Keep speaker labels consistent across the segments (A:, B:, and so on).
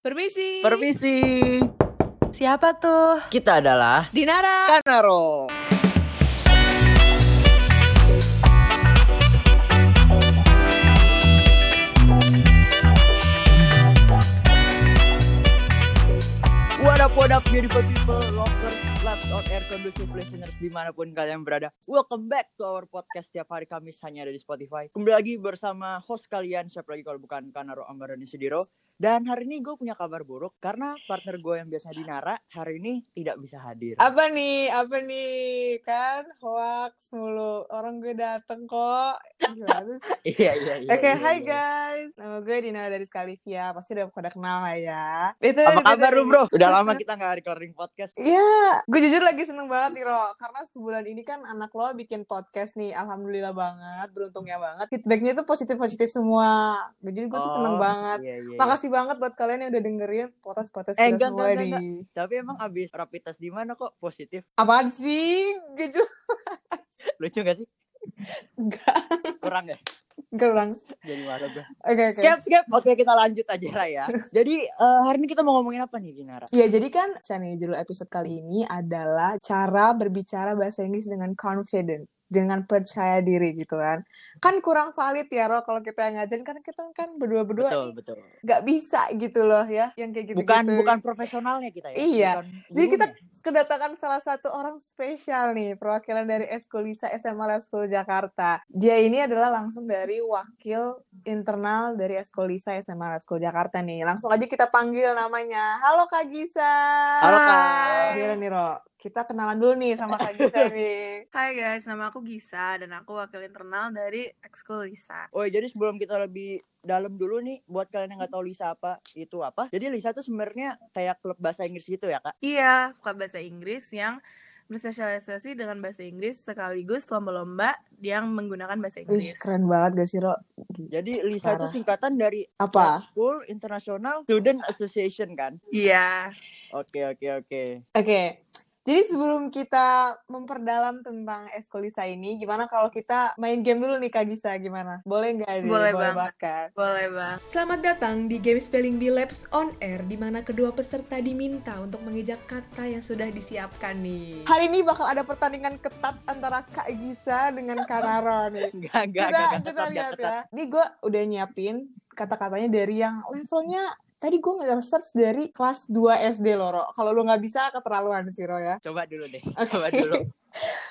A: Permisi.
B: Permisi.
C: Siapa tuh?
B: Kita adalah
D: Kan,
A: Dinara.
B: Kanaro. What up, what up, beautiful people, lovers, loves on air, conducive listeners dimanapun kalian berada. Welcome back to our podcast setiap hari Kamis hanya ada di Spotify. Kembali lagi bersama host kalian, siapa lagi kalau bukan Kanaro Ambarani Sudiro. Dan hari ini gue punya kabar buruk karena partner gue yang biasanya Dinara hari ini tidak bisa hadir.
D: Apa nih? Apa nih? Kan hoax mulu. Orang gue dateng kok. Gimana sih?
B: Iya, iya, iya.
D: Oke,
B: iya,
D: hai
B: iya.
D: guys. Nama gue Dina dari Skalivia. Pasti udah pada kenal lah ya. Itu itu
B: Apa kabar lu
D: tadi.
B: bro? Udah lama kita nggak recording podcast.
D: Iya, gue jujur lagi seneng banget nih Ro, karena sebulan ini kan anak lo bikin podcast nih, alhamdulillah banget, beruntungnya banget. Feedbacknya tuh positif-positif semua, jadi gue tuh seneng
B: Oh,
D: banget.
B: Iya, iya, iya.
D: Makasih banget buat kalian yang udah dengerin podcast-podcast kita
B: Eh, enggak,
D: semua
B: enggak,
D: di...
B: enggak, Tapi emang abis rapid test di mana kok positif?
D: Apaan sih? Gitu.
B: Lucu gak sih?
D: Enggak,
B: Kurang ya?
D: enggak orang.
B: Jadi marah gue.
D: Oke, oke.
B: Skip, skip. Oke, kita lanjut aja lah ya. Jadi eh, hari ini kita mau ngomongin apa nih, Ginara?
D: Ya, jadi kan channel judul episode kali ini adalah cara berbicara bahasa Inggris dengan confident, dengan percaya diri gitu kan. Kan kurang valid ya, Ro, kalau kita yang ngajarin karena kita kan berdua-berdua
B: Betul, betul.
D: nggak bisa gitu loh ya, yang kayak gitu.
B: Bukan bukan profesionalnya kita ya.
D: Iya.
B: Bukan ya?
D: Jadi kita
B: gurunya.
D: kedatangan salah satu orang spesial nih, perwakilan dari Eskulisa SMA Lab School Jakarta. Dia ini adalah langsung dari wakil internal dari Eskulisa SMA Lab School Jakarta nih. Langsung aja kita panggil namanya. Halo Kak Gisa.
B: Halo, Kak.
D: Gila nih, Ro. Kita kenalan dulu nih sama Kak Gisa nih.
C: Hai guys, nama aku Gisa dan aku wakil internal dari Ekskul Lisa.
B: Oh, jadi sebelum kita lebih dalam dulu nih buat kalian yang nggak tahu Lisa apa itu apa. Jadi Lisa tuh sebenarnya kayak klub bahasa Inggris gitu ya, Kak.
C: Iya, buka bahasa Inggris yang berspesialisasi dengan bahasa Inggris sekaligus lomba-lomba yang menggunakan
D: Ih,
C: bahasa Inggris.
D: keren banget gak sih, Ro?
B: Jadi Lisa
D: Parah.
B: itu singkatan dari
D: Apa?
B: School International Student Association kan.
C: Iya.
B: Oke, oke, oke.
D: Oke. Jadi sebelum kita memperdalam tentang Eskulisa ini, gimana kalau kita main game dulu nih Kak Gisa? Gimana? Boleh nggak? nih?
C: Boleh banget.
D: banget kan?
C: Boleh bang.
E: Selamat datang di Game Spelling Bee Labs on Air, di mana kedua peserta diminta untuk mengejak kata yang sudah disiapkan nih.
D: Hari ini bakal ada pertandingan ketat antara Kak Gisa dengan Kak Raro nih.
B: Enggak, enggak,
D: Kita,
B: enggak,
D: kita
B: ketat, enggak,
D: lihat
B: ketat.
D: ya. Ini gue udah nyiapin kata-katanya dari yang levelnya Tadi gue nge-search dari kelas 2 SD loh, Ro. Kalau lu nggak bisa, keterlaluan sih, Ro ya.
B: Coba dulu deh.
D: Oke.
B: Coba dulu.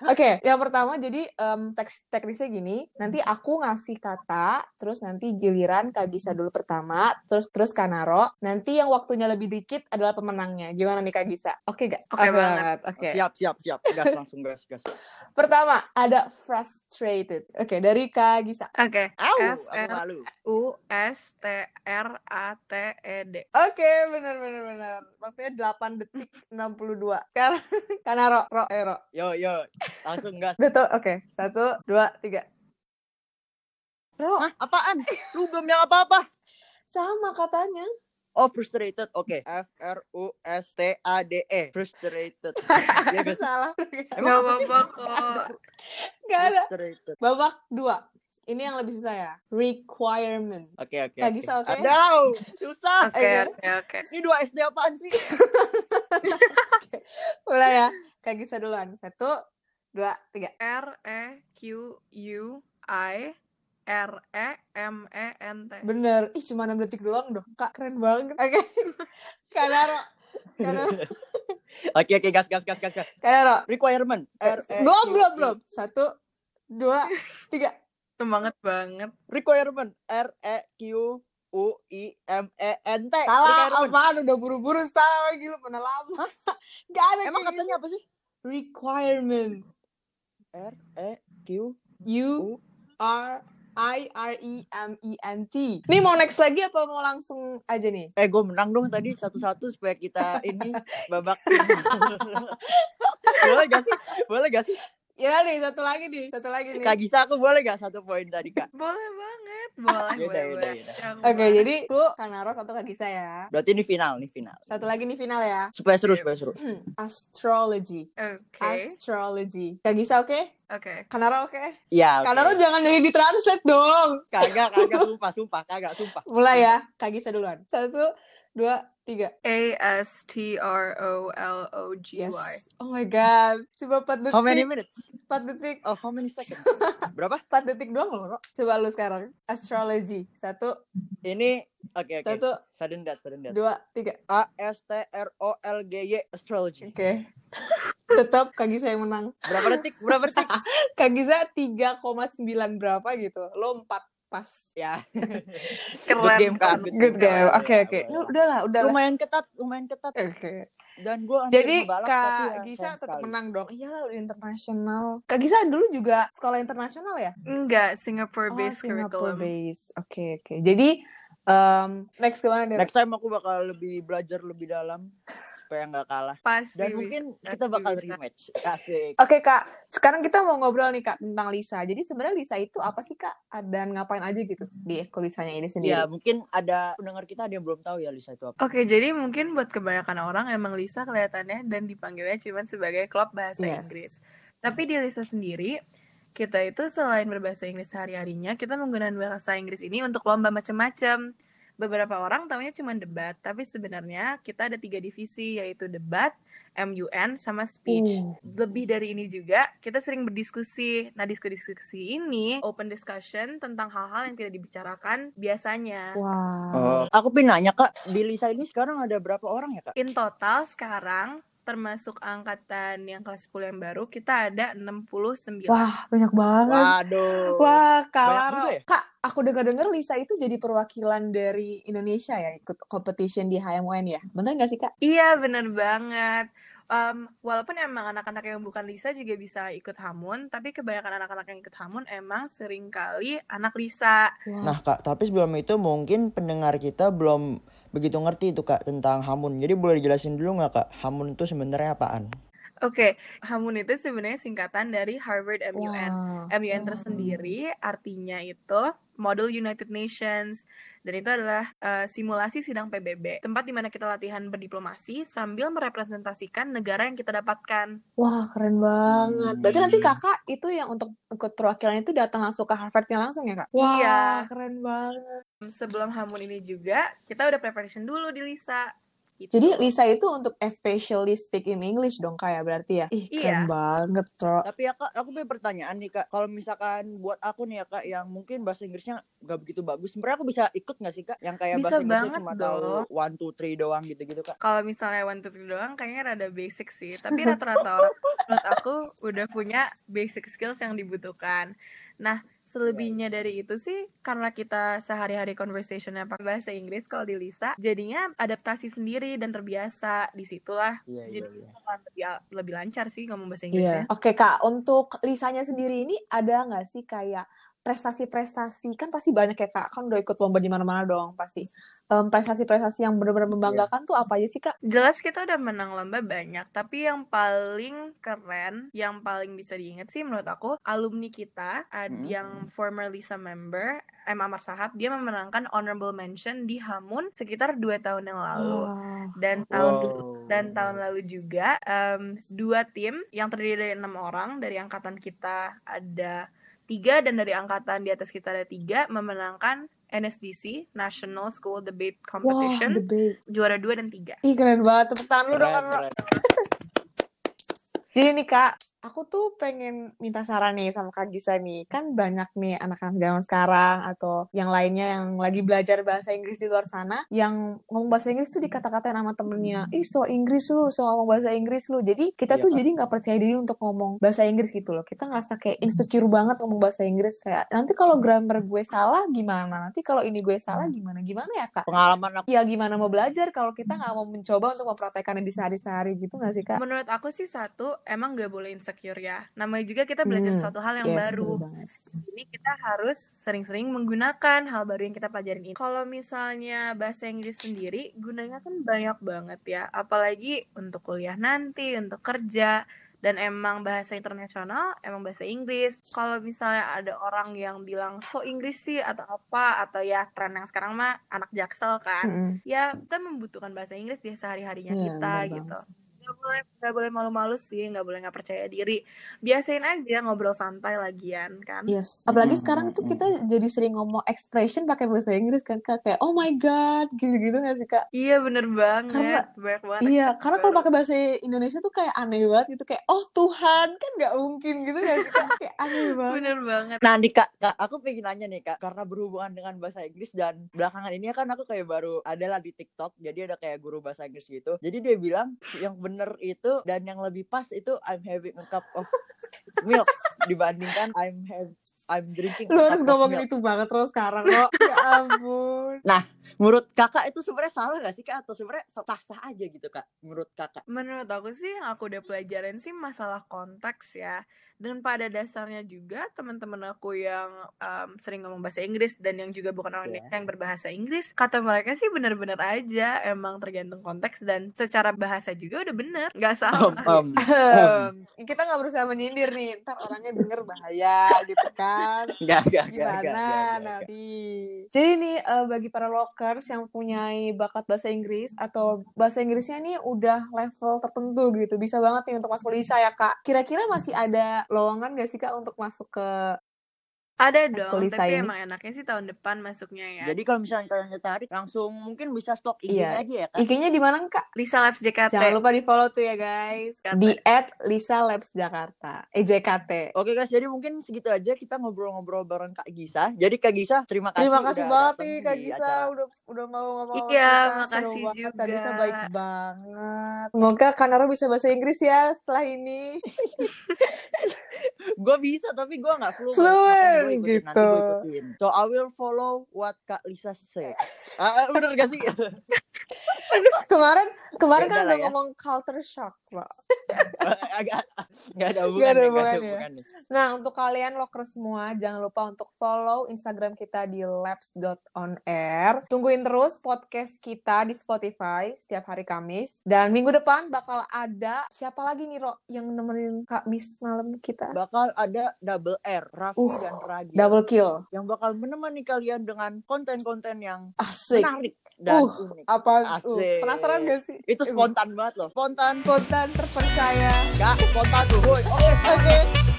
D: Oke, yang pertama jadi em, teks teknisnya gini, nanti aku ngasih kata, terus nanti giliran Kak Gisa dulu pertama, terus terus Kanaro, nanti yang waktunya lebih dikit adalah pemenangnya. Gimana nih Kak Gisa? Oke gak?
C: Oke banget.
D: Oke.
B: Siap, siap, siap. Gas langsung gas, gas.
D: Pertama ada frustrated. Oke, dari Kak Gisa.
C: Oke.
B: Au,
C: F
B: aku
C: R
B: malu.
C: U S T R A T E D.
D: Oke, benar benar benar. Waktunya 8 detik 62. Sekarang Kanaro, Ro, eh, Ro.
B: Yo, yo. Langsung gas.
D: Udah tau? Oke, satu, dua, tiga. Ro,
B: Hah, apaan? Lu belum yang apa-apa.
D: sama katanya.
B: Oh, frustrated. Oke. F R U S T A D E. Frustrated. Iya, guys.
D: Salah.
C: Gak
B: Emang apa sih?
C: apa-apa kok.
D: Gak ada.
B: Frustrated.
D: Babak dua. Ini yang lebih susah ya. Requirement.
B: Oke, oke.
D: Kak
B: oke.
D: Gisa, oke?
B: Aduh, susah.
C: Oke oke oke.
B: Ini dua SD apaan sih?
D: Mulai ya. Kak Gisa duluan. Satu, dua, tiga.
C: R E Q U I R E M E N T.
D: Bener. Ih, cuma 6 detik doang dong. Kak, keren banget. Oke. Kak Naro. Kak Naro.
B: Oke, oke. Gas, gas, gas, gas, gas.
D: Kak Naro.
B: Requirement. R E
D: Belum,
B: Q-
D: belum, belum. Satu, dua, tiga.
C: Semangat banget.
B: Requirement. R E Q U I M E N T.
D: Salah,
B: Requirement.
D: apaan? Udah buru-buru. Salah lagi. Lu pernah lama. Gak ada.
B: Emang
D: kayak gitu.
B: katanya apa sih?
D: Requirement.
B: R E Q
D: You are I R E M E N T. Nih mau next lagi apa mau langsung aja nih?
B: Eh gue menang dong tadi satu-satu supaya kita ini babak Boleh gak sih? Boleh gak sih?
D: Ya nih satu lagi nih, satu lagi nih.
B: Kak Gisa aku boleh gak satu poin tadi kak?
C: Boleh banget. Boleh
B: Yaudah,
C: boleh.
B: yaudah,
C: boleh.
B: yaudah.
C: Aku
D: Oke,
C: boleh.
D: jadi aku Kanaro satu Kak Gisa ya.
B: Berarti ini final nih final
D: Satu lagi nih final ya.
B: Supaya seru supaya seru
D: Astrology.
C: Oke,
D: Astrology. Kak Gisa oke?
C: oke.
D: Kanaro oke?
B: Ya oke
D: Kanaro jangan jadi ditranslate dong.
B: Kagak kagak sumpah sumpah kagak sumpah
D: Mulai ya, Kak Gisa duluan. Satu, dua, tiga.
C: A S T R O L O G
D: Yes.
C: Y.
D: Oh my god. Coba 4 detik.
B: How many minutes?
D: 4 detik.
B: Oh, how many seconds? Berapa?
D: 4 detik doang loh, Ro. Coba lu sekarang. Astrology. Satu,
B: Ini oke ya. oke.
D: satu,
B: Sudden death, sudden death.
D: dua, tiga.
B: A S T R O L G Y astrology.
D: Oke. Tetap Kak Gisa yang menang.
B: Berapa detik? Berapa detik?
D: Kak Giza 3,9 berapa gitu. Lo 4 pas.
B: ya.
C: Keren.
B: game, Kak.
C: keren.
D: Good game.
B: Boleh,
D: Oke, oke.
B: boleh.
D: Lu udahlah, udahlah.
B: Lumayan ketat, lumayan ya ketat.
D: Oke.
B: Dan gue
D: Eh. Jadi Kak Gisa tetap menang dong. Iyalah udah internasional. Kak Gisa dulu juga sekolah internasional ya?
C: Enggak, Singapore based
D: Ah, Singapore
C: curriculum.
D: base. Oke, oke. Jadi em, next kemana Dara?
B: Next time aku bakal lebih belajar lebih dalam supaya nggak kalah.
C: Pasti
B: Dan
C: bisa.
B: mungkin kita bakal
C: bisa.
B: rematch. Asik.
D: Oke kak, sekarang kita mau ngobrol nih kak tentang Lisa. Jadi sebenarnya Lisa itu apa sih kak? Dan ngapain aja gitu di ekskul Lisanya ini
B: Ya,
D: sendiri?
B: mungkin ada pendengar kita ada yang belum tahu ya Lisa itu apa.
C: Oke, jadi mungkin buat kebanyakan orang emang Lisa kelihatannya dan dipanggilnya cuman sebagai klub bahasa
D: Yes.
C: Inggris. Tapi di Lisa sendiri, kita itu selain berbahasa Inggris sehari-harinya, kita menggunakan bahasa Inggris ini untuk lomba macam-macam. Beberapa orang tahunya cuma debat, tapi sebenarnya kita ada tiga divisi, yaitu debat, MUN, sama speech.
D: Uh,
C: Lebih dari ini juga, kita sering berdiskusi. Nah, diskusi-diskusi ini open discussion tentang hal-hal yang tidak dibicarakan biasanya.
B: Oh,
D: Wow.
B: Aku pin nanya Kak, di Lisa ini sekarang ada berapa orang ya Kak?
C: In total sekarang termasuk angkatan yang kelas 10 yang baru kita ada 69.
D: Wah banyak banget.
B: Waduh.
D: Wah kak
B: iya. Banyak
D: Laro.
B: juga ya?
D: Kak, aku dengar-dengar Lisa itu jadi perwakilan dari Indonesia ya ikut competition di HMUN ya. Bener nggak sih kak?
C: Iya bener banget. Em, walaupun emang anak-anak yang bukan Lisa juga bisa ikut Hamun, tapi kebanyakan anak-anak yang ikut Hamun emang seringkali anak Lisa.
D: Wah.
A: Nah kak, tapi sebelum itu mungkin pendengar kita belum begitu ngerti itu kak tentang hamun. Jadi boleh dijelasin dulu nggak kak, hamun itu sebenarnya apaan?
C: Oke, Hamun itu sebenarnya singkatan dari Harvard MUN.
D: Wah.
C: MUN tersendiri artinya itu Model United Nations dan itu adalah eh, simulasi sidang PBB tempat di mana kita latihan berdiplomasi sambil merepresentasikan negara yang kita dapatkan
D: Wah keren banget.
B: Hmm.
D: Berarti nanti kakak itu yang untuk ikut perwakilan itu datang langsung ke Harvardnya langsung ya kak? Wah
C: Iya.
D: keren banget.
C: sebelum Hamun ini juga kita udah preparation dulu di Lisa Gitu.
D: Jadi Lisa itu untuk especially speak in English dong kak ya berarti ya? Ih keren
C: Iya.
D: banget bro.
B: Tapi ya Kak, aku punya pertanyaan nih Kak. Kalau misalkan buat aku nih ya Kak yang mungkin bahasa Inggrisnya nggak begitu bagus, sebenarnya aku bisa ikut nggak sih Kak? Yang kayak
C: Bisa
B: bahasa Inggrisnya
C: banget
B: cuma
C: dong.
B: tahu one two three doang gitu-gitu Kak.
C: kalau misalnya one two three doang kayaknya rada basic sih tapi rata-rata orang menurut aku udah punya basic skills yang dibutuhkan nah selebihnya dari itu sih karena kita sehari-hari conversationnya pakai bahasa Inggris kalau di Lisa jadinya adaptasi sendiri dan terbiasa disitulah
B: Iya, iya,
C: Jadi-
B: iya.
C: bakalan lebih lebih lancar sih ngomong bahasa ya.
D: Iya.
C: Inggrisnya
D: Oke kak, untuk Lisanya sendiri ini ada nggak sih kayak prestasi-prestasi kan pasti banyak ya kak kan udah ikut lomba di mana-mana dong pasti Em, prestasi-prestasi yang benar-benar membanggakan tuh apa aja sih kak?
C: Jelas kita udah menang lomba banyak, tapi yang paling keren, yang paling bisa diingat sih menurut aku alumni kita ad-
B: Hmm.
C: yang former Lisa member M Amar Sahab dia memenangkan honorable mention di Hamun sekitar 2 tahun yang lalu
D: Wah.
C: dan tahun
B: Wow.
C: dan tahun lalu juga em, dua tim yang terdiri dari enam orang dari angkatan kita ada tiga dan dari angkatan di atas kita ada tiga memenangkan NSDC National School Debate
D: Wah,
C: Competition
D: the best.
C: juara dua dan tiga.
D: Ih keren banget, tepuk tangan lu
B: Keren,
D: dong Kak Nora.
B: keren.
D: Jadi nih kak, aku tuh pengen minta saran nih sama Kak Gisa nih. Kan banyak nih anak-anak zaman sekarang atau yang lainnya yang lagi belajar bahasa Inggris di luar sana, yang ngomong bahasa Inggris tuh dikata-katain sama temennya, ih so Inggris lu, so ngomong bahasa Inggris lu. Jadi kita
B: Iya,
D: tuh
B: Kak.
D: jadi nggak percaya diri untuk ngomong bahasa Inggris gitu loh. Kita ngerasa kayak insecure banget ngomong bahasa Inggris kayak nanti kalau grammar gue salah gimana? Nanti kalau ini gue salah gimana? Gimana ya kak?
B: Pengalaman aku
D: Ya gimana mau belajar kalau kita nggak mau mencoba untuk mempraktekannya di sehari-sehari gitu nggak sih kak?
C: Menurut aku sih satu emang gak boleh insecure ya. Namanya juga kita belajar
D: Hmm,
C: suatu hal yang
D: Yes,
C: baru.
D: bener banget.
C: Ini kita harus sering-sering menggunakan hal baru yang kita pelajarin ini. Kalau misalnya bahasa Inggris sendiri gunanya kan banyak banget ya. Apalagi untuk kuliah nanti, untuk kerja. Dan emang bahasa internasional, emang bahasa Inggris. Kalau misalnya ada orang yang bilang so Inggris sih atau apa, atau ya tren yang sekarang mah anak jaksel kan.
D: Mm-mm.
C: ya kita membutuhkan bahasa Inggris di sehari harinya
D: Iya,
C: kita
D: benar
C: gitu. Ya, nggak boleh nggak boleh malu-malu sih nggak boleh nggak percaya diri biasain aja ngobrol santai lagian kan
D: Yes. Apalagi
A: Mm,
D: sekarang
A: mm,
D: tuh
A: mm.
D: kita jadi sering ngomong expression pakai bahasa Inggris kan kak kayak oh my god gitu-gitu nggak sih kak?
C: iya bener banget
D: Karena-
C: banyak banget
D: Iya,
C: aktivitas
D: karena kalau
C: baru.
D: pakai bahasa Indonesia tuh kayak aneh banget gitu kayak oh Tuhan kan nggak mungkin gitu nggak sih kak? Kayak aneh banget.
C: bener banget
B: Nah nih kak, Kak, aku pengen nanya nih kak, karena berhubungan dengan bahasa Inggris dan belakangan ini kan aku kayak baru adalah di TikTok, jadi ada kayak guru bahasa Inggris gitu. Jadi dia bilang yang bener itu dan yang lebih pas itu I'm having a cup of milk dibandingkan I'm have I'm drinking. a
D: Lu
B: cup
D: harus
B: of
D: ngomongin
B: milk.
D: itu banget terus sekarang lo. Ya ampun.
B: Menurut kakak itu sebenarnya salah gak sih kak atau sebenarnya sah-sah aja gitu kak? Menurut kakak?
C: Menurut aku sih yang aku udah pelajarin sih masalah konteks ya. Dan pada dasarnya juga teman-teman aku yang um, sering ngomong bahasa Inggris dan yang juga bukan orang
B: Iya.
C: Indonesia yang berbahasa Inggris, kata mereka sih bener-bener aja, emang tergantung konteks dan secara bahasa juga udah bener, nggak salah. Oh, iya.
D: kita nggak berusaha menyindir nih, ntar orangnya denger bahaya gitu kan.
B: Gak, gak,
D: gimana nanti. Jadi nih eh, bagi para lokers yang punyai bakat bahasa Inggris atau bahasa Inggrisnya nih udah level tertentu gitu, bisa banget nih untuk masuk kuliah ya kak. Kira-kira masih ada lowongan gak sih kak untuk masuk ke
C: Ada
D: Eskul
C: dong,
D: Lisa
C: tapi
D: ini.
C: emang enaknya sih tahun depan masuknya ya.
B: Jadi kalau misalnya kalian tertarik langsung mungkin bisa stok IG-nya
D: Iya.
B: aja ya kak?
D: IG-nya di mana kak?
C: Lisa Labs JKT.
D: Jangan lupa di follow tuh ya guys.
C: JKT.
D: Di at Lisa Labs Jakarta. Eh, EJKT.
B: Oke guys, jadi mungkin segitu aja kita ngobrol-ngobrol bareng Kak Gisa. Jadi Kak Gisa, terima kasih.
D: Terima kasih
B: udah
D: banget
B: datang
D: nih Kak
B: di
D: Gisa
B: acara.
D: udah udah mau ngomong sama
C: Iya,
D: kita. Seru
C: makasih
D: banget. Kak Gisa
C: juga.
D: baik banget. Semoga Kak Naro bisa bahasa Inggris ya setelah ini.
B: Gue bisa tapi gue nggak fluent.
D: Fluent,
B: Makanya gue ikutin nanti gue
D: gitu.
B: ikutin. So I will follow what Kak Lisa say. Ah, ah, bener gak sih?
D: Kemarin kemarin
B: Ya
D: kan
B: udah
D: udah
B: lah ya.
D: ngomong culture shock, Pak.
B: Agak nggak ada
D: Nggak
B: hubungan.
D: ada
B: nih,
D: hubungannya. Nah, untuk kalian loker semua, jangan lupa untuk follow Instagram kita di labs.onair. Tungguin terus podcast kita di Spotify setiap hari Kamis. Dan minggu depan bakal ada siapa lagi nih, Ro, yang nemenin Kak Bis malam kita?
B: Bakal ada double R, Raffi
D: Uh,
B: dan Ragil.
D: Double kill.
B: Yang bakal menemani kalian dengan konten-konten yang
D: Asik.
B: menarik dan
D: Uh,
B: unik.
D: Apa? uh,
B: Nah, Asik.
D: penasaran gak sih?
B: Itu
D: Eh,
B: spontan banget loh. Spontan,
D: Spontan terpercaya.
B: gak spontan. Woy. Oke.
D: Oke,